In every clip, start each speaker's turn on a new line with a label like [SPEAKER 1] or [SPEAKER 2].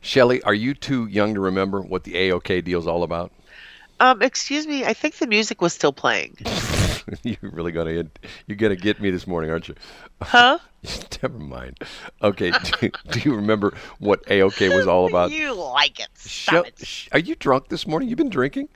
[SPEAKER 1] Shelly, are you too young to remember what the AOK deal's all about?
[SPEAKER 2] Um, excuse me, I think the music was still playing.
[SPEAKER 1] You're really gonna hit, you're gonna get me this morning, aren't you?
[SPEAKER 2] Huh?
[SPEAKER 1] Never mind. Okay, do, do you remember what AOK was all about?
[SPEAKER 2] you like it. Stop
[SPEAKER 1] Shel-
[SPEAKER 2] it.
[SPEAKER 1] sh- are you drunk this morning? You've been drinking.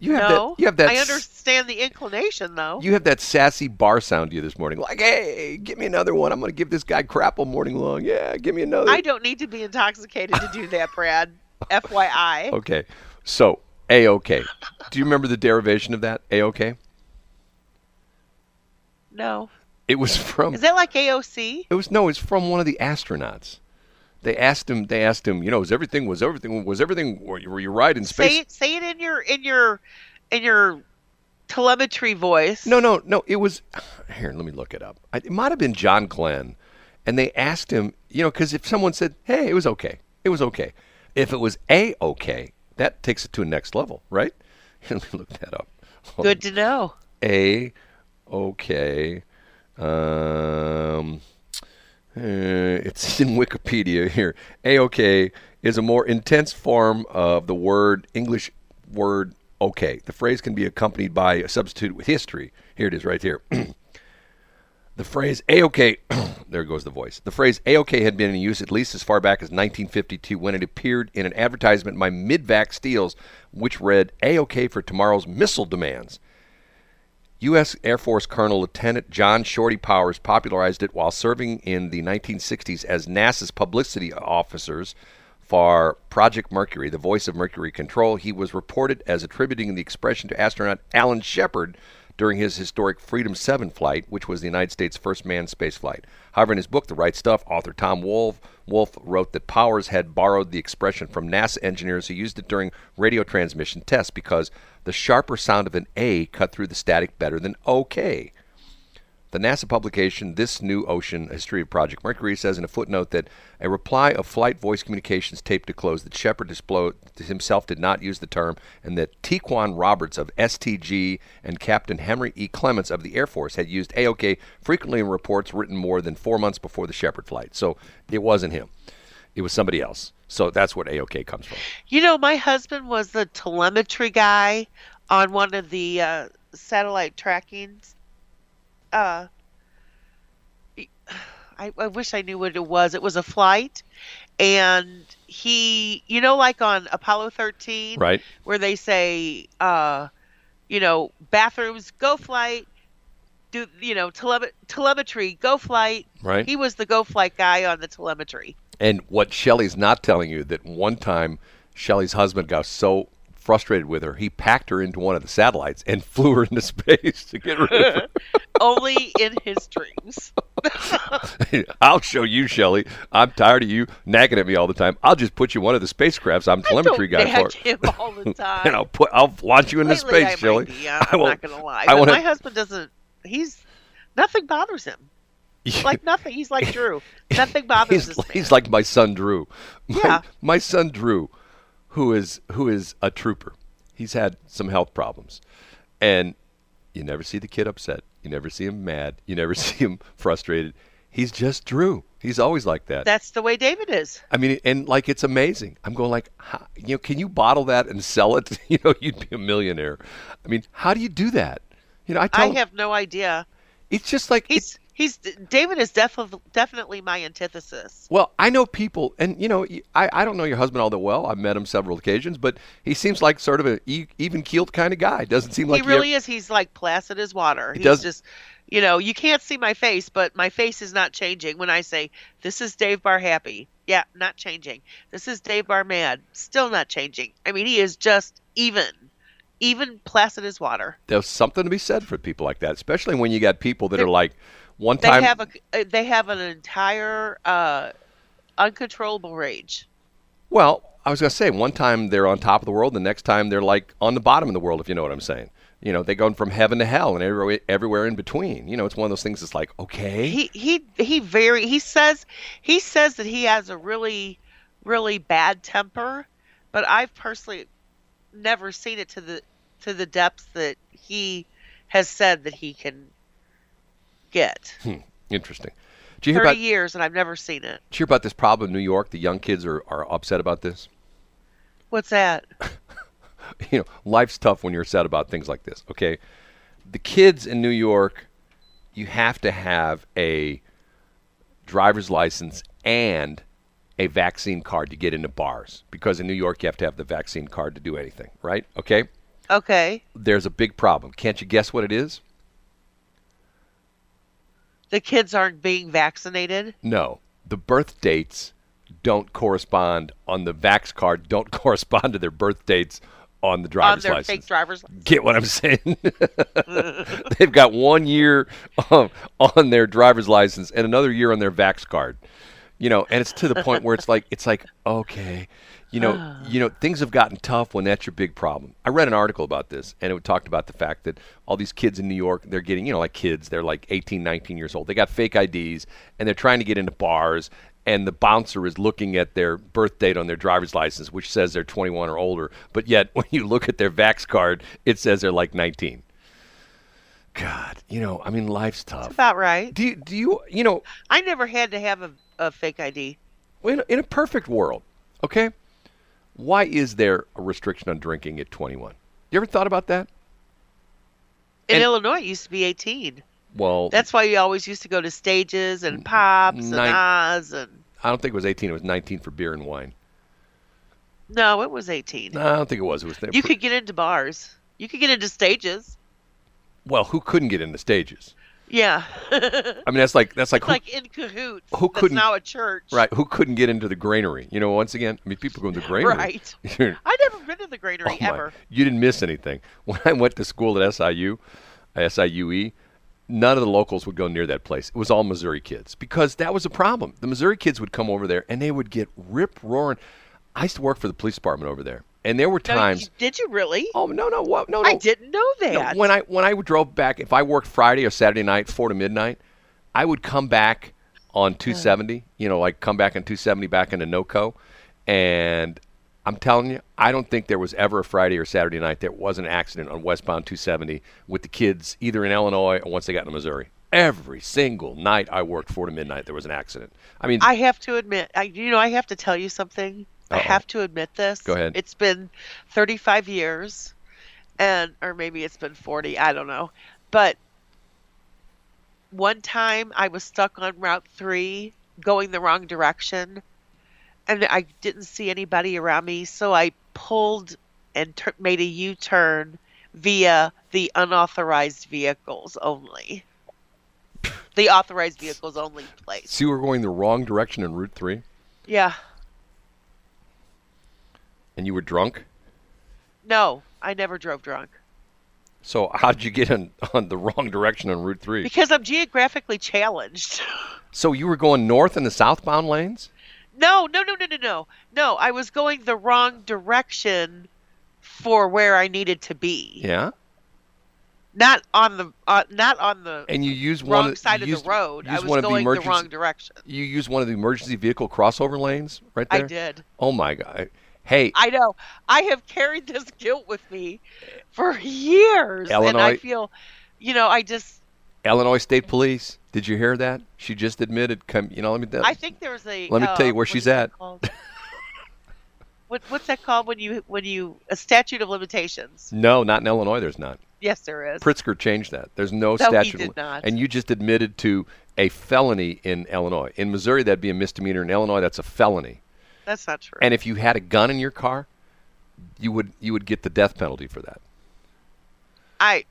[SPEAKER 1] You have
[SPEAKER 2] no,
[SPEAKER 1] that. You have that.
[SPEAKER 2] I
[SPEAKER 1] s-
[SPEAKER 2] understand the inclination, though.
[SPEAKER 1] You have that sassy bar sound to you this morning. Like, hey, give me another one. I'm gonna give this guy crap all morning long. Yeah, give me another.
[SPEAKER 2] I don't need to be intoxicated to do that, Brad. FYI.
[SPEAKER 1] Okay, so AOK. do you remember the derivation of that? AOK.
[SPEAKER 2] No.
[SPEAKER 1] It was from.
[SPEAKER 2] Is that like AOC?
[SPEAKER 1] It was no, it's from one of the astronauts. They asked him. They asked him. You know, is everything was everything was everything? Were you, were you right in space?
[SPEAKER 2] Say it. Say it in your in your in your telemetry voice.
[SPEAKER 1] No, no, no. It was here. Let me look it up. I, it might have been John Glenn, and they asked him. You know, because if someone said, "Hey, it was okay. It was okay," if it was a okay, that takes it to a next level, right? let me look that up. Hold
[SPEAKER 2] Good to know.
[SPEAKER 1] a okay. Um, uh, it's in Wikipedia here. A okay is a more intense form of the word English word okay. The phrase can be accompanied by a substitute with history. Here it is, right here. The phrase AOK, there goes the voice. The phrase AOK had been in use at least as far back as 1952 when it appeared in an advertisement by Midvac Steels, which read AOK for tomorrow's missile demands. U.S. Air Force Colonel Lieutenant John Shorty Powers popularized it while serving in the 1960s as NASA's publicity officers for Project Mercury, the voice of Mercury Control. He was reported as attributing the expression to astronaut Alan Shepard during his historic Freedom 7 flight, which was the United States' first manned space flight. However, in his book, The Right Stuff, author Tom Wolfe, Wolfe wrote that Powers had borrowed the expression from NASA engineers who used it during radio transmission tests because the sharper sound of an A cut through the static better than OK. The NASA publication This New Ocean A History of Project Mercury says in a footnote that a reply of flight voice communications taped to close that Shepard displo- himself did not use the term and that Tequan Roberts of STG and Captain Henry E. Clements of the Air Force had used AOK frequently in reports written more than four months before the Shepard flight. So it wasn't him. It was somebody else. So that's what AOK comes from.
[SPEAKER 2] You know, my husband was the telemetry guy on one of the uh, satellite trackings. Uh, I, I wish I knew what it was. It was a flight, and he, you know, like on Apollo 13,
[SPEAKER 1] Right?
[SPEAKER 2] where they say, uh, you know, bathrooms, go flight, do, you know, tele- telemetry, go flight.
[SPEAKER 1] Right.
[SPEAKER 2] He was the go flight guy on the telemetry.
[SPEAKER 1] And what Shelly's not telling you that one time Shelly's husband got so frustrated with her, he packed her into one of the satellites and flew her into space to get rid of
[SPEAKER 2] Only in his dreams.
[SPEAKER 1] her. I'll show you, Shelly. I'm tired of you nagging at me all the time. I'll just put you in one of the spacecrafts. I'm telemetry
[SPEAKER 2] don't
[SPEAKER 1] guy for.
[SPEAKER 2] nag him all the time.
[SPEAKER 1] And I'll put I'll launch you into
[SPEAKER 2] Lately, I
[SPEAKER 1] space,
[SPEAKER 2] might
[SPEAKER 1] Shelly.
[SPEAKER 2] be, I'm
[SPEAKER 1] I will-
[SPEAKER 2] not gonna lie.
[SPEAKER 1] I
[SPEAKER 2] but
[SPEAKER 1] wanna-
[SPEAKER 2] my husband doesn't. He's nothing bothers him. Like nothing. He's like Drew. Nothing bothers
[SPEAKER 1] he's,
[SPEAKER 2] him.
[SPEAKER 1] he's like my son Drew. My,
[SPEAKER 2] Yeah.
[SPEAKER 1] my son Drew, who is who is a trooper. He's had some health problems, and you never see the kid upset. You never see him mad. You never see him frustrated. He's just Drew. He's always like that.
[SPEAKER 2] That's the way David is.
[SPEAKER 1] I mean, and like it's amazing. I'm going like, how, you know, can you bottle that and sell it? You know, you'd be a millionaire. I mean, how do you do that? You know, I tell
[SPEAKER 2] I
[SPEAKER 1] him,
[SPEAKER 2] have no idea.
[SPEAKER 1] it's just like it's-
[SPEAKER 2] He's he's David is def- definitely my antithesis.
[SPEAKER 1] Well, I know people, and you know, I, I don't know your husband all that well. I've met him several occasions, but he seems like sort of an e- even keeled kind of guy. Doesn't seem like
[SPEAKER 2] he really is. He's like placid as water.
[SPEAKER 1] He
[SPEAKER 2] He's
[SPEAKER 1] does-
[SPEAKER 2] just, you know, you can't see my face, but my face is not changing when I say, "This is Dave Bar happy." Yeah, not changing. This is Dave Bar mad. Still not changing. I mean, he is just even, even placid as water.
[SPEAKER 1] There's something to be said for people like that, especially when you got people that are like one
[SPEAKER 2] They
[SPEAKER 1] time.
[SPEAKER 2] have a, uh, they have an entire uh, uncontrollable rage.
[SPEAKER 1] well, I was gonna say one time they're on top of the world, the next time they're like on the bottom of the world, if you know what I'm saying. You know, they go from heaven to hell and everywhere, everywhere in between. You know, it's one of those things that's like, okay,
[SPEAKER 2] he he he very he says he says that he has a really really bad temper but i've personally never seen it to the to the depths that he has said that he can get
[SPEAKER 1] interesting. Do you hear
[SPEAKER 2] 30
[SPEAKER 1] about?
[SPEAKER 2] years and I've never seen it.
[SPEAKER 1] Did you hear about this problem in New York? The young kids are, are upset about this.
[SPEAKER 2] What's that?
[SPEAKER 1] You know, life's tough when you're upset about things like this. Okay, the kids in New York, you have to have a driver's license and a vaccine card to get into bars because in New York you have to have the vaccine card to do anything, right? Okay,
[SPEAKER 2] Okay.
[SPEAKER 1] there's a big problem. Can't you guess what it is?
[SPEAKER 2] The kids aren't being vaccinated.
[SPEAKER 1] No, the birth dates don't correspond on the vax card. Don't correspond to their birth dates on the
[SPEAKER 2] On
[SPEAKER 1] driver's
[SPEAKER 2] their
[SPEAKER 1] license.
[SPEAKER 2] fake driver's license.
[SPEAKER 1] Get what I'm saying? They've got one year um, on their driver's license and another year on their vax card. You know, and it's to the point where it's like it's like okay, you know, you know things have gotten tough when that's your big problem. I read an article about this and it talked about the fact that all these kids in New York, they're getting, you know, like kids, they're like 18, 19 years old. They got fake IDs and they're trying to get into bars and the bouncer is looking at their birth date on their driver's license which says they're 21 or older, but yet when you look at their vax card, it says they're like 19. God, you know, I mean, life's tough.
[SPEAKER 2] About right.
[SPEAKER 1] Do you, do you, you know,
[SPEAKER 2] I never had to have a, a fake ID.
[SPEAKER 1] in a, in a perfect world, okay, why is there a restriction on drinking at 21? You ever thought about that?
[SPEAKER 2] In
[SPEAKER 1] And-
[SPEAKER 2] Illinois, it used to be 18.
[SPEAKER 1] Well,
[SPEAKER 2] That's why you always used to go to stages and pops and
[SPEAKER 1] Nine-
[SPEAKER 2] Oz and.
[SPEAKER 1] I don't think it was 18. It was 19 for beer and wine.
[SPEAKER 2] No, it was 18.
[SPEAKER 1] No, I don't think it was. It was
[SPEAKER 2] you could get into bars. You could get into stages.
[SPEAKER 1] well, who couldn't get into stages?
[SPEAKER 2] Yeah.
[SPEAKER 1] I mean, that's like that's like, who,
[SPEAKER 2] like in cahoots.
[SPEAKER 1] who
[SPEAKER 2] that's
[SPEAKER 1] couldn't-
[SPEAKER 2] now a church.
[SPEAKER 1] right? Who couldn't get into the granary? You know, once again, I mean, people go in the granary.
[SPEAKER 2] Right.
[SPEAKER 1] You're-
[SPEAKER 2] I never been to the granary
[SPEAKER 1] Oh my,
[SPEAKER 2] ever.
[SPEAKER 1] You didn't miss anything. When I uh, went to school at SIU, SIUE, E, none of the locals would go near that place. It was all Missouri kids because that was a problem. The Missouri kids would come over there and they would get rip roaring. I used to work for the police department over there, and there were
[SPEAKER 2] No,
[SPEAKER 1] times.
[SPEAKER 2] you- did you really?
[SPEAKER 1] oh no no what no no!
[SPEAKER 2] I didn't know
[SPEAKER 1] No,
[SPEAKER 2] that.
[SPEAKER 1] when I when I drove back, if I worked Friday or Saturday night, four to midnight, I would come back on 270. You know, like come back on 270 back into NoCo, and I'm telling you, I don't think there was ever a Friday or Saturday night there was an accident on westbound 270 with the kids either in Illinois or once they got into Missouri. Every single night I worked four to midnight, there was an accident. I mean,
[SPEAKER 2] I have to admit, I, you know, I have to tell you something. I
[SPEAKER 1] Uh-oh.
[SPEAKER 2] have to admit this.
[SPEAKER 1] Go ahead.
[SPEAKER 2] It's been 35 years, and or maybe it's been 40. I don't know. But one time I was stuck on Route 3 going the wrong direction, and I didn't see anybody around me, so I pulled and tur made a U turn via the unauthorized vehicles only. The authorized vehicles only place.
[SPEAKER 1] so you were going the wrong direction in Route Three,
[SPEAKER 2] Yeah.
[SPEAKER 1] and you were drunk.
[SPEAKER 2] No, I never drove drunk
[SPEAKER 1] So how did you get on, on the wrong direction on Route Three?
[SPEAKER 2] because I'm geographically challenged.
[SPEAKER 1] So you were going north in the southbound lanes?
[SPEAKER 2] no, no, no, no, no, no. No, I was going the wrong direction for where I needed to be.
[SPEAKER 1] Yeah.
[SPEAKER 2] Not on the uh, not on the
[SPEAKER 1] And you used
[SPEAKER 2] wrong
[SPEAKER 1] one of,
[SPEAKER 2] side
[SPEAKER 1] you
[SPEAKER 2] of
[SPEAKER 1] used,
[SPEAKER 2] the road.
[SPEAKER 1] you
[SPEAKER 2] I
[SPEAKER 1] used
[SPEAKER 2] was
[SPEAKER 1] one of the
[SPEAKER 2] going the,
[SPEAKER 1] emergency,
[SPEAKER 2] wrong direction.
[SPEAKER 1] You used one of the emergency vehicle crossover lanes right
[SPEAKER 2] I
[SPEAKER 1] there.
[SPEAKER 2] did.
[SPEAKER 1] Oh my god. Hey,
[SPEAKER 2] I know. I have carried this guilt with me for years, and I
[SPEAKER 1] Illinois-
[SPEAKER 2] feel, you know, I just
[SPEAKER 1] Illinois State Police. Did you hear that? She just admitted. Come, you know, let me. tell-
[SPEAKER 2] I think there was a.
[SPEAKER 1] Uh, Let me
[SPEAKER 2] uh,
[SPEAKER 1] tell you where
[SPEAKER 2] what
[SPEAKER 1] she's
[SPEAKER 2] is that
[SPEAKER 1] at.
[SPEAKER 2] called? what, what's that called when you when you a statute of limitations?
[SPEAKER 1] No, not in Illinois. There's not.
[SPEAKER 2] Yes, there is.
[SPEAKER 1] Pritzker changed that. There's no,
[SPEAKER 2] No, he
[SPEAKER 1] statute.
[SPEAKER 2] did not.
[SPEAKER 1] And you just admitted to a felony in Illinois. In Missouri, that'd be a misdemeanor. In Illinois, that's a felony.
[SPEAKER 2] That's not true.
[SPEAKER 1] And if you had a gun in your car, you would you would get the death penalty for that.
[SPEAKER 2] I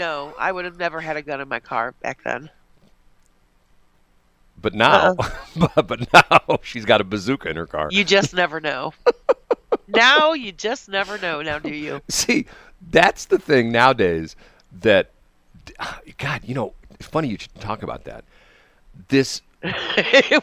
[SPEAKER 2] no, I would have never had a gun in my car back then.
[SPEAKER 1] But now, but, but now she's got a bazooka in her car.
[SPEAKER 2] You just never know. now you just never know. Now do you?
[SPEAKER 1] See, that's the thing nowadays that, God, you know, it's funny you should talk about that. This,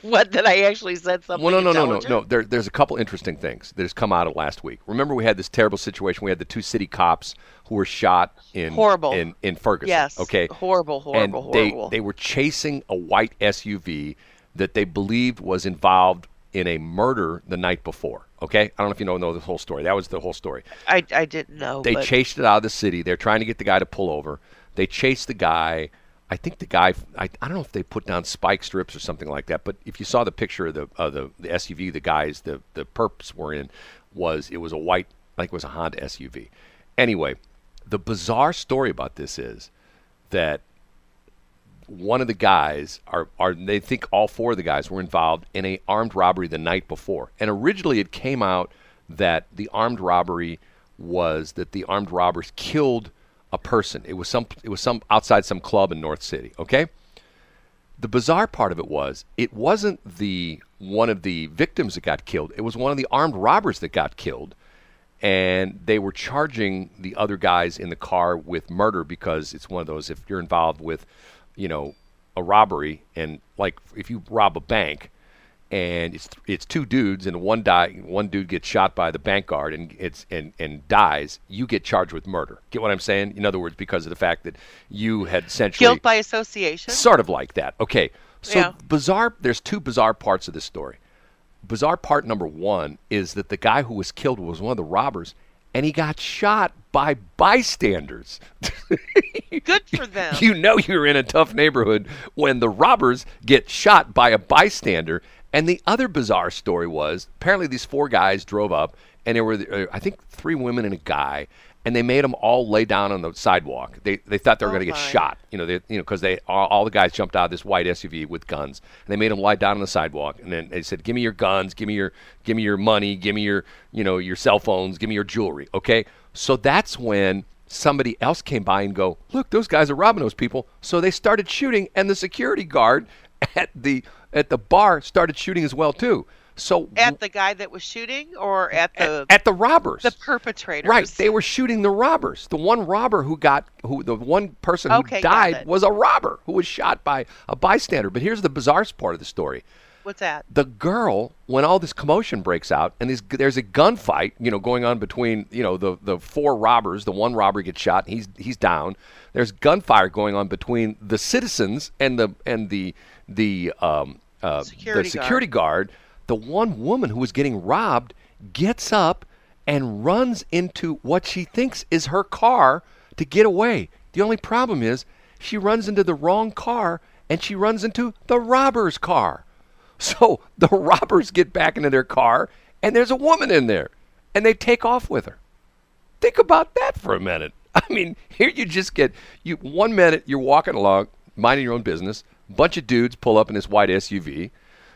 [SPEAKER 2] what that I actually said something?
[SPEAKER 1] well, no, no, no, no,
[SPEAKER 2] intelligent?
[SPEAKER 1] no. There, there's a couple interesting things that has come out of last week. Remember, we had this terrible situation. We had the two city cops who were shot in
[SPEAKER 2] Horrible.
[SPEAKER 1] in, in Ferguson.
[SPEAKER 2] Yes.
[SPEAKER 1] Okay.
[SPEAKER 2] Horrible. Horrible.
[SPEAKER 1] and they,
[SPEAKER 2] horrible.
[SPEAKER 1] they were chasing a white SUV that they believed was involved in a murder the night before. Okay, I don't know if you know know the whole story. That was the whole story.
[SPEAKER 2] I I didn't know.
[SPEAKER 1] They
[SPEAKER 2] but
[SPEAKER 1] chased it out of the city. They're trying to get the guy to pull over. They chased the guy I think the guy. I, I don't know if they put down spike strips or something like that. But if you saw the picture of the of the, the SUV, the guys the the perps were in was it was a white. I think it was a Honda SUV. Anyway, the bizarre story about this is that one of the guys are, are they think all four of the guys were involved in a armed robbery the night before and originally it came out that the armed robbery was that the armed robbers killed a person it was some it was some outside some club in north city okay the bizarre part of it was it wasn't the one of the victims that got killed it was one of the armed robbers that got killed and they were charging the other guys in the car with murder because it's one of those if you're involved with you know a robbery and like if you rob a bank and it's it's two dudes and one die one dude gets shot by the bank guard and it's and and dies you get charged with murder get what i'm saying in other words because of the fact that you had essentially
[SPEAKER 2] Guilt by association.
[SPEAKER 1] sort of like that okay so
[SPEAKER 2] Yeah.
[SPEAKER 1] bizarre there's two bizarre parts of this story bizarre part number 1 is that the guy who was killed was one of the robbers and he got shot by bystanders
[SPEAKER 2] Good for them.
[SPEAKER 1] you know you're in a tough neighborhood when the robbers get shot by a bystander. And the other bizarre story was apparently these four guys drove up, and there were uh, I think three women and a guy, and they made them all lay down on the sidewalk. They they thought they were
[SPEAKER 2] Oh,
[SPEAKER 1] going to get
[SPEAKER 2] my.
[SPEAKER 1] shot, you know, they you know because they all, all the guys jumped out of this white SUV with guns, and they made them lie down on the sidewalk, and then they said, "Give me your guns, give me your give me your money, give me your you know your cell phones, give me your jewelry." Okay, so that's when somebody else came by and go, look, those guys are robbing those people. So they started shooting, and the security guard at the at the bar started shooting as well too. So
[SPEAKER 2] at the guy that was shooting or at the
[SPEAKER 1] at the robbers,
[SPEAKER 2] the perpetrators.
[SPEAKER 1] right? They were shooting the robbers. The one robber who got who the one person who
[SPEAKER 2] Okay, got
[SPEAKER 1] died
[SPEAKER 2] it.
[SPEAKER 1] was a robber who was shot by a bystander. But here's the bizarre part of the story
[SPEAKER 2] What's that?
[SPEAKER 1] the girl, when all this commotion breaks out and these, there's a gunfight, you know, going on between, you know, the, the four robbers, the one robber gets shot, and he's he's down. There's gunfire going on between the citizens and the and the the um uh,
[SPEAKER 2] Security
[SPEAKER 1] the security guard. The one woman who was getting robbed gets up and runs into what she thinks is her car to get away. The only problem is she runs into the wrong car and she runs into the robber's car. So the robbers get back into their car, and there's a woman in there, and they take off with her. Think about that for a minute. I mean, here you just get you one minute you're walking along, minding your own business. Bunch of dudes pull up in this white SUV.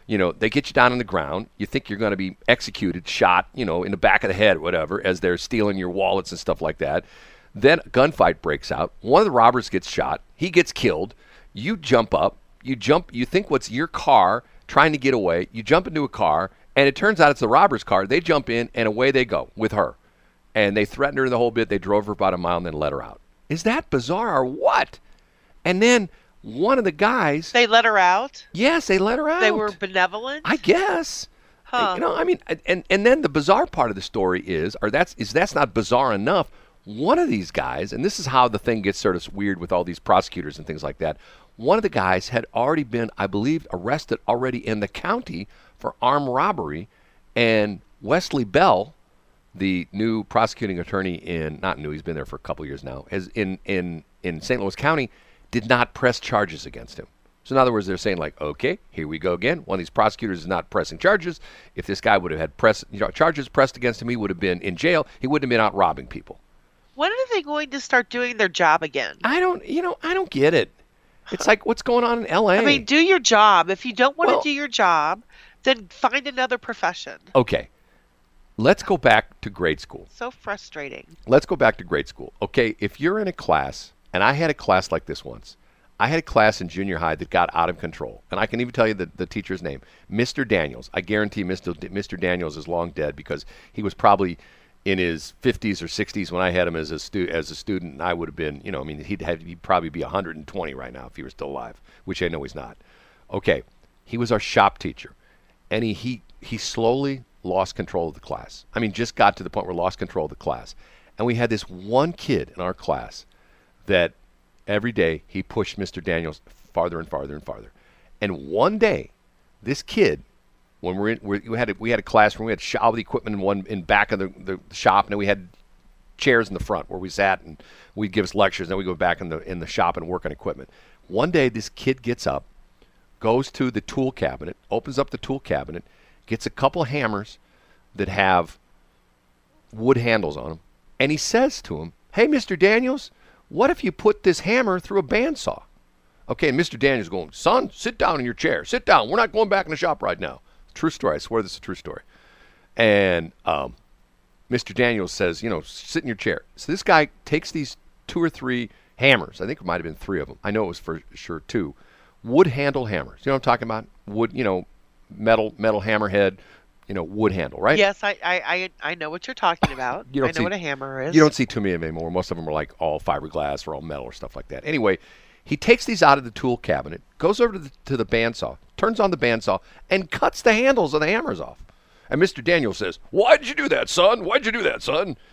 [SPEAKER 1] You know, they get you down on the ground. You think you're going to be executed, shot, you know, in the back of the head, whatever, as they're stealing your wallets and stuff like that. Then a gunfight breaks out. One of the robbers gets shot. He gets killed. You jump up. You jump. You think what's your car trying to get away. You jump into a car, and it turns out it's the robber's car. They jump in, and away they go with her and they threatened her the whole bit. They drove her about a mile and then let her out. Is that bizarre or what? And then one of the guys,
[SPEAKER 2] They let her out.
[SPEAKER 1] yes, they let her out.
[SPEAKER 2] They were benevolent.
[SPEAKER 1] I guess.
[SPEAKER 2] Huh.
[SPEAKER 1] You know, I mean, and and then the bizarre part of the story is, or that's is that's not bizarre enough. One of these guys, and this is how the thing gets sort of weird with all these prosecutors and things like that. One of the guys had already been, I believe, arrested already in the county for armed robbery, and Wesley Bell, the new prosecuting attorney in not new, he's been there for a couple years now, as in in in St. Louis County, did not press charges against him. So in other words, they're saying like, okay, here we go again. One of these prosecutors is not pressing charges. If this guy would have had press you know, charges pressed against him, he would have been in jail. He wouldn't have been out robbing people.
[SPEAKER 2] when are they going to start doing their job again?
[SPEAKER 1] I don't, you know, I don't get it. It's like what's going on in L.A.
[SPEAKER 2] I mean, do your job. If you don't want
[SPEAKER 1] Well-
[SPEAKER 2] to do your job, then find another profession.
[SPEAKER 1] okay, let's go back to grade school.
[SPEAKER 2] So frustrating.
[SPEAKER 1] let's go back to grade school. Okay, if you're in a class, and I had a class like this once. I had a class in junior high that got out of control, and I can even tell you the, the teacher's name, Mr. Daniels. I guarantee Mr. D- Mr. Daniels is long dead because he was probably in his 50s or 60s when I had him as a stu- as a student, and I would have been, you know, I mean, he'd, have, he'd probably be 120 right now if he were still alive, which I know he's not. Okay, he was our shop teacher and he, he he slowly lost control of the class. I mean, just got to the point where lost control of the class. And we had this one kid in our class that every day he pushed Mr. Daniels farther and farther and farther. And one day, this kid, when we're in, we're, we had a, we had a classroom, we had all the equipment in one in back of the, the shop, and then we had chairs in the front where we sat and we'd give us lectures and then we go back in the in the shop and work on equipment. One day, this kid gets up, goes to the tool cabinet, opens up the tool cabinet, gets a couple hammers that have wood handles on them, and he says to him, "Hey, Mr. Daniels, what if you put this hammer through a bandsaw?" Okay, and Mr. Daniels going, "Son, sit down in your chair. Sit down. We're not going back in the shop right now." True story. I swear this is a true story. And um, Mr. Daniels says, you know, sit in your chair. So this guy takes these two or three hammers. I think it might have been three of them. I know it was for sure two. Wood handle hammers. You know what I'm talking about? Wood, you know, metal metal hammerhead, you know, wood handle, right?
[SPEAKER 2] Yes, I, I, I, I know what you're talking about.
[SPEAKER 1] You don't
[SPEAKER 2] I know
[SPEAKER 1] see-
[SPEAKER 2] what a hammer is.
[SPEAKER 1] You don't see too many of them anymore. Most of them are like all fiberglass or all metal or stuff like that. Anyway, he takes these out of the tool cabinet, goes over to the, to the bandsaw, turns on the bandsaw, and cuts the handles of the hammers off. And Mr. Daniel says, "Why'd you do that, son? Why'd you do that, son?"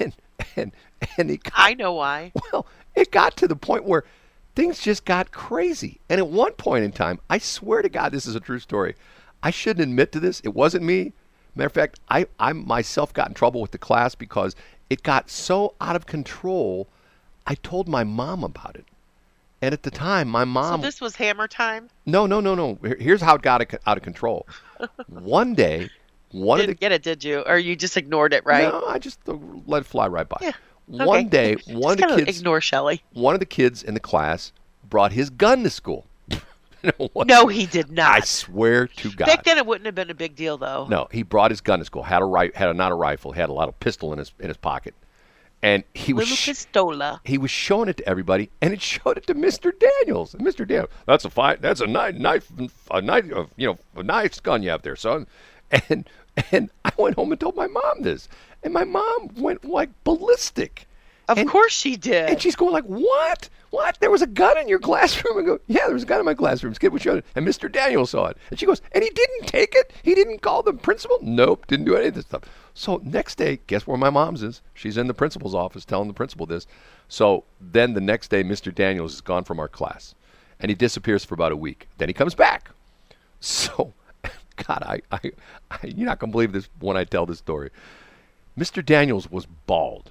[SPEAKER 1] And and and he got,
[SPEAKER 2] I know why.
[SPEAKER 1] well, it got to the point where things just got crazy. And at one point in time, I swear to God, this is a true story. I shouldn't admit to this. It wasn't me. Matter of fact, I, I myself got in trouble with the class because it got so out of control. I told my mom about it. And at the time, my
[SPEAKER 2] So
[SPEAKER 1] mom.
[SPEAKER 2] this was hammer time.
[SPEAKER 1] no, no, no, no. Here- Here's how it got ac- out of control. one day, one of the
[SPEAKER 2] Didn't get it, did you? Or you just ignored it, right?
[SPEAKER 1] No, I just uh, let it fly right by.
[SPEAKER 2] Yeah, okay.
[SPEAKER 1] One day, one
[SPEAKER 2] just
[SPEAKER 1] of the
[SPEAKER 2] kinda
[SPEAKER 1] kids
[SPEAKER 2] ignore Shelley.
[SPEAKER 1] one of the kids in the class brought his gun to school. You know what?
[SPEAKER 2] No, he did
[SPEAKER 1] I
[SPEAKER 2] not.
[SPEAKER 1] swear to God.
[SPEAKER 2] Back then, it wouldn't have been a big deal, though.
[SPEAKER 1] No, he brought his gun to school. Had a ri- had a, not a rifle. Had a lot of pistol in his in his pocket, and he was
[SPEAKER 2] Little
[SPEAKER 1] sh-
[SPEAKER 2] pistola.
[SPEAKER 1] he was showing it to everybody, and it showed it to Mister Daniels. And Mister Daniels, that's a fine, that's a knife, knife, a knife, of you know, a knife's gun you have there, son. And and I went home and told my mom this, and my mom went like ballistic.
[SPEAKER 2] Of
[SPEAKER 1] And-
[SPEAKER 2] course she
[SPEAKER 1] And
[SPEAKER 2] did.
[SPEAKER 1] she's going like, "What? What? There was a gun in your classroom?" I go, "Yeah, there was a gun in my classroom. This kid was showing it, and Mr. Daniel saw it." And she goes, "And he didn't take it? He didn't call the principal? Nope, didn't do any of this stuff." So next day, guess where my mom's is? She's in the principal's office telling the principal this. So then the next day, Mr. Daniels is gone from our class, and he disappears for about a week. Then he comes back. So, God, I, I, I you're not gonna believe this when I tell this story. Mr. Daniels was bald.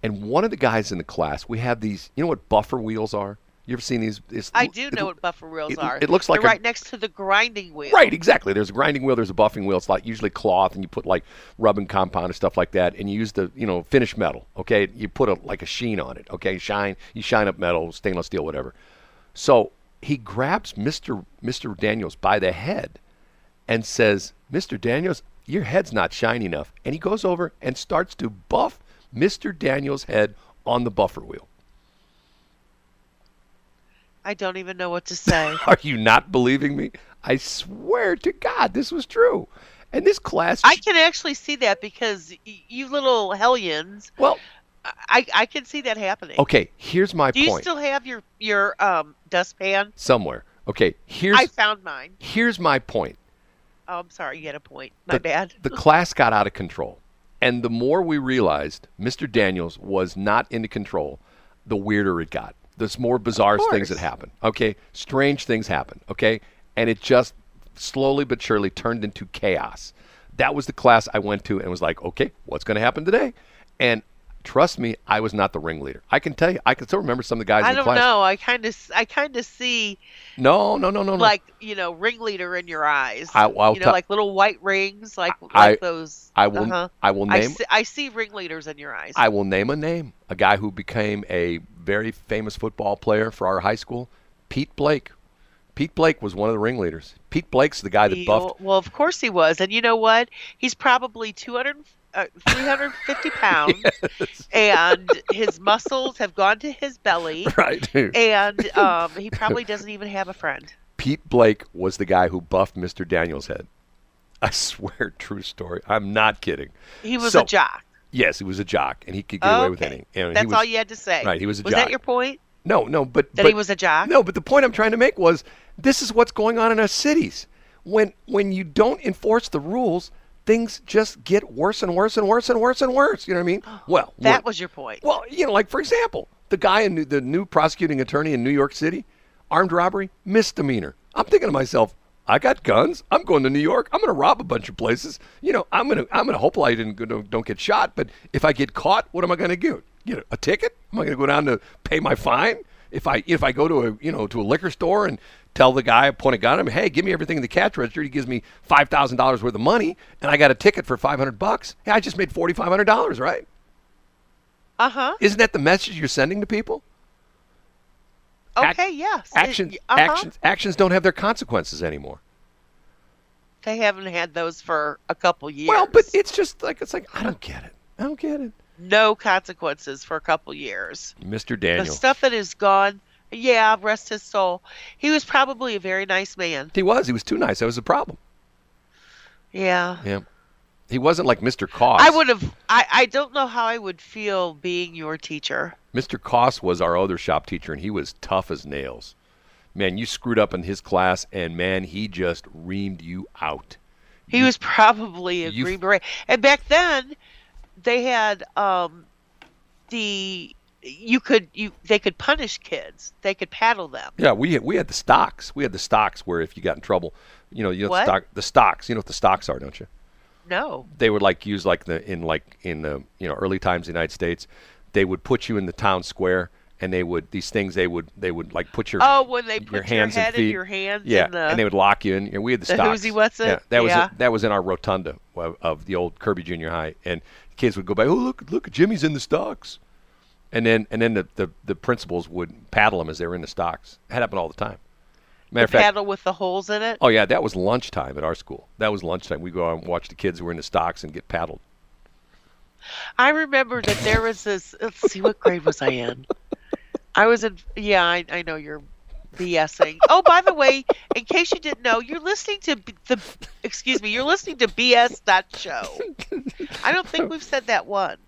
[SPEAKER 1] And one of the guys in the class, we have these. You know what buffer wheels are? You ever seen these? It's-
[SPEAKER 2] I do
[SPEAKER 1] it-
[SPEAKER 2] know what buffer wheels
[SPEAKER 1] it-
[SPEAKER 2] are.
[SPEAKER 1] it looks like
[SPEAKER 2] They're
[SPEAKER 1] a-
[SPEAKER 2] right next to the grinding wheel.
[SPEAKER 1] Right, exactly. There's a grinding wheel. There's a buffing wheel. It's like usually cloth, and you put like rubbing compound and stuff like that, and you use the you know finished metal. Okay, you put a like a sheen on it. Okay, shine. You shine up metal, stainless steel, whatever. So he grabs Mister Mister Daniels by the head, and says, "Mister Daniels, your head's not shiny enough." And he goes over and starts to buff Mister Daniels' head on the buffer wheel.
[SPEAKER 2] I don't even know what to say.
[SPEAKER 1] Are you not believing me? I swear to God, this was true. And this class,
[SPEAKER 2] I can actually see that because y- you little hellions,
[SPEAKER 1] well,
[SPEAKER 2] I, I can see that happening.
[SPEAKER 1] okay. Here's my
[SPEAKER 2] Do you
[SPEAKER 1] point.
[SPEAKER 2] still have your your um dustpan?
[SPEAKER 1] Somewhere, okay. Here's
[SPEAKER 2] I found mine.
[SPEAKER 1] here's my point.
[SPEAKER 2] Oh, I'm sorry, you had a point. My
[SPEAKER 1] The-
[SPEAKER 2] bad.
[SPEAKER 1] The class got out of control, and the more we realized Mr. Daniels was not into control, the weirder it got. The more bizarre things
[SPEAKER 2] course.
[SPEAKER 1] that happened. Okay, strange things happened. Okay, and it just slowly but surely turned into chaos. That was the class I went to and was like, okay, what's going to happen today? And trust me, I was not the ringleader. I can tell you, I can still remember some of the guys
[SPEAKER 2] I
[SPEAKER 1] in the
[SPEAKER 2] don't
[SPEAKER 1] class.
[SPEAKER 2] know. I kind of I kind of see
[SPEAKER 1] No, no, no, no, no.
[SPEAKER 2] like you know ringleader in your eyes.
[SPEAKER 1] Hmm. I- I'll
[SPEAKER 2] you know,
[SPEAKER 1] tell-
[SPEAKER 2] like little white rings, like
[SPEAKER 1] I-
[SPEAKER 2] like those.
[SPEAKER 1] I will.
[SPEAKER 2] Uh-huh.
[SPEAKER 1] I will
[SPEAKER 2] I
[SPEAKER 1] name.
[SPEAKER 2] see, I see ringleaders in your eyes.
[SPEAKER 1] I will name a name. A guy who became a very famous football player for our high school, Pete Blake. Pete Blake was one of the ringleaders. Pete Blake's the guy that
[SPEAKER 2] He-
[SPEAKER 1] buffed.
[SPEAKER 2] Well, of course he was, and you know what? He's probably 200, uh, 350 pounds, and his muscles have gone to his belly,
[SPEAKER 1] Right.
[SPEAKER 2] and um, he probably doesn't even have a friend.
[SPEAKER 1] Pete Blake was the guy who buffed Mr. Daniels' head. I swear, true story. I'm not kidding.
[SPEAKER 2] He was
[SPEAKER 1] So,
[SPEAKER 2] a jock.
[SPEAKER 1] Yes, he was a jock, and he could get away with
[SPEAKER 2] Okay.
[SPEAKER 1] anything. And he
[SPEAKER 2] That's
[SPEAKER 1] was-
[SPEAKER 2] all you had to say.
[SPEAKER 1] Right, he was a
[SPEAKER 2] was
[SPEAKER 1] jock.
[SPEAKER 2] that your point?
[SPEAKER 1] No, no, but
[SPEAKER 2] That
[SPEAKER 1] but,
[SPEAKER 2] he was a jock?
[SPEAKER 1] No, but the point I'm trying to make was this is what's going on in our cities. When when you don't enforce the rules, things just get worse and worse and worse and worse and worse. You know what I mean? Well,
[SPEAKER 2] That
[SPEAKER 1] what-
[SPEAKER 2] was your point.
[SPEAKER 1] well, you know, like for example, the guy in New- the new prosecuting attorney in New York City, armed robbery, misdemeanor. I'm thinking to myself, I got guns. I'm going to New York. I'm going to rob a bunch of places. You know, I'm going to I'm going to hopefully I didn't go- don't, don't get shot. But if I get caught, what am I going to do? Get a, a ticket? Am I going to go down to pay my fine? If I if I go to a you know to a liquor store and tell the guy, point a gun at him, hey, give me everything in the cash register. He gives me five thousand dollars worth of money, and I got a ticket for five hundred bucks. Hey, I just made forty five hundred dollars, right?
[SPEAKER 2] Uh huh.
[SPEAKER 1] Isn't that the message you're sending to people? Ac-
[SPEAKER 2] Okay. yes. It-
[SPEAKER 1] Actions
[SPEAKER 2] uh-huh.
[SPEAKER 1] actions actions don't have their consequences anymore.
[SPEAKER 2] They haven't had those for a couple years.
[SPEAKER 1] Well, but it's just like it's like I don't get it. I don't get it,
[SPEAKER 2] no consequences for a couple years.
[SPEAKER 1] Mr.
[SPEAKER 2] The
[SPEAKER 1] Daniel.
[SPEAKER 2] stuff that is gone. Yeah, rest his soul. He was probably a very nice man.
[SPEAKER 1] He was. He was too nice. That was the problem.
[SPEAKER 2] Yeah.
[SPEAKER 1] Yeah. He wasn't like Mr. Cost.
[SPEAKER 2] I would have. I, I don't know how I would feel being your teacher.
[SPEAKER 1] Mr. Koss was our other shop teacher, and he was tough as nails. Man, you screwed up in his class, and man, he just reamed you out.
[SPEAKER 2] He was probably a
[SPEAKER 1] you-
[SPEAKER 2] Green Beret. And back then, they had um, the you could you they could punish kids. They could paddle them.
[SPEAKER 1] Yeah, we we had the stocks. We had the stocks where if you got in trouble, you know, you know
[SPEAKER 2] What?
[SPEAKER 1] the, stock, the stocks. You know what the stocks are, don't you?
[SPEAKER 2] No.
[SPEAKER 1] They would like use like the in like in the you know early times of the United States, they would put you in the town square, and they would these things they would they would like put your
[SPEAKER 2] Oh, when they
[SPEAKER 1] Your
[SPEAKER 2] put
[SPEAKER 1] hands and
[SPEAKER 2] head
[SPEAKER 1] feet.
[SPEAKER 2] in your hands.
[SPEAKER 1] Yeah,
[SPEAKER 2] in the,
[SPEAKER 1] and they would lock you in. And we had the,
[SPEAKER 2] the
[SPEAKER 1] stocks.
[SPEAKER 2] Hoosie What's It?
[SPEAKER 1] Yeah, that was
[SPEAKER 2] Yeah.
[SPEAKER 1] that was in our rotunda of, of the old Kirby Junior High, and kids would go by. Oh look, look, Jimmy's in the stocks, and then and then the, the, the principals would paddle them as they were in the stocks. That happened all the time. Matter of fact,
[SPEAKER 2] paddle with the holes in it.
[SPEAKER 1] oh yeah, that was lunchtime at our school. That was lunchtime. We go out and watch the kids who were in the stocks and get paddled.
[SPEAKER 2] I remember that there was this. Let's see, what grade was I in? I was in. Yeah, I, I know you're BSing. Oh, by the way, in case you didn't know, you're listening to b- the. Excuse me, you're listening to BS that show. I don't think we've said that once.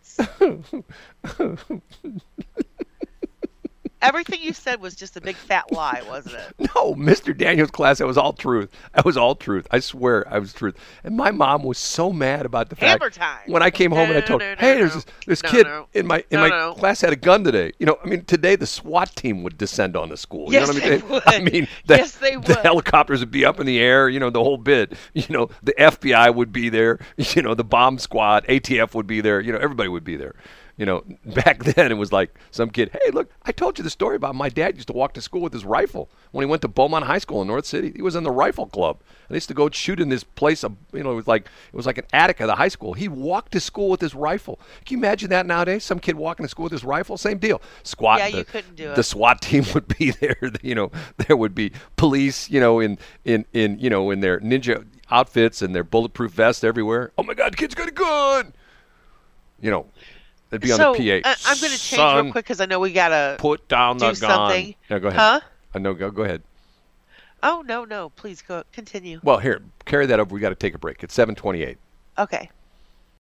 [SPEAKER 2] Everything you said was just a big fat lie, wasn't it?
[SPEAKER 1] No, Mr. Daniels' class. That was all truth. That was all truth. I swear, I was truth. And my mom was so mad about the fact
[SPEAKER 2] Hammer time.
[SPEAKER 1] when I came home
[SPEAKER 2] No,
[SPEAKER 1] and I told,
[SPEAKER 2] no, no,
[SPEAKER 1] "Hey, there's
[SPEAKER 2] no.
[SPEAKER 1] this, this
[SPEAKER 2] No,
[SPEAKER 1] kid
[SPEAKER 2] no.
[SPEAKER 1] in my in
[SPEAKER 2] No,
[SPEAKER 1] my
[SPEAKER 2] no.
[SPEAKER 1] class had a gun today." You know, I mean, today the SWAT team would descend on the school.
[SPEAKER 2] Yes,
[SPEAKER 1] you know
[SPEAKER 2] they
[SPEAKER 1] what I mean? I
[SPEAKER 2] would.
[SPEAKER 1] mean, the,
[SPEAKER 2] Yes, they
[SPEAKER 1] the
[SPEAKER 2] would.
[SPEAKER 1] helicopters would be up in the air. You know, the whole bit. You know, the FBI would be there. You know, the bomb squad, ATF would be there. You know, everybody would be there. You know, back then it was like some kid. Hey, look, I told you the story about my dad used to walk to school with his rifle when he went to Beaumont High School in North City. He was in the rifle club. And they used to go shoot in this place. uh, You know, it was like it was like an attic of the high school. He walked to school with his rifle. Can you imagine that nowadays? Some kid walking to school with his rifle. Same deal. Squat.
[SPEAKER 2] Yeah,
[SPEAKER 1] the,
[SPEAKER 2] you couldn't do it.
[SPEAKER 1] the SWAT team would be there. You know, there would be police. You know, in in in you know in their ninja outfits and their bulletproof vests everywhere. Oh my God, kid's got a gun. You know, they'd be
[SPEAKER 2] so
[SPEAKER 1] on the PA.
[SPEAKER 2] I, am going to change
[SPEAKER 1] Son,
[SPEAKER 2] real quick because I know we got to.
[SPEAKER 1] Put down the
[SPEAKER 2] do
[SPEAKER 1] gun.
[SPEAKER 2] something.
[SPEAKER 1] No, go ahead.
[SPEAKER 2] Huh?
[SPEAKER 1] Uh, no, go go ahead.
[SPEAKER 2] Oh no no! Please go continue.
[SPEAKER 1] Well, here, carry that over. We got to take a break. It's seven twenty-eight.
[SPEAKER 2] Okay.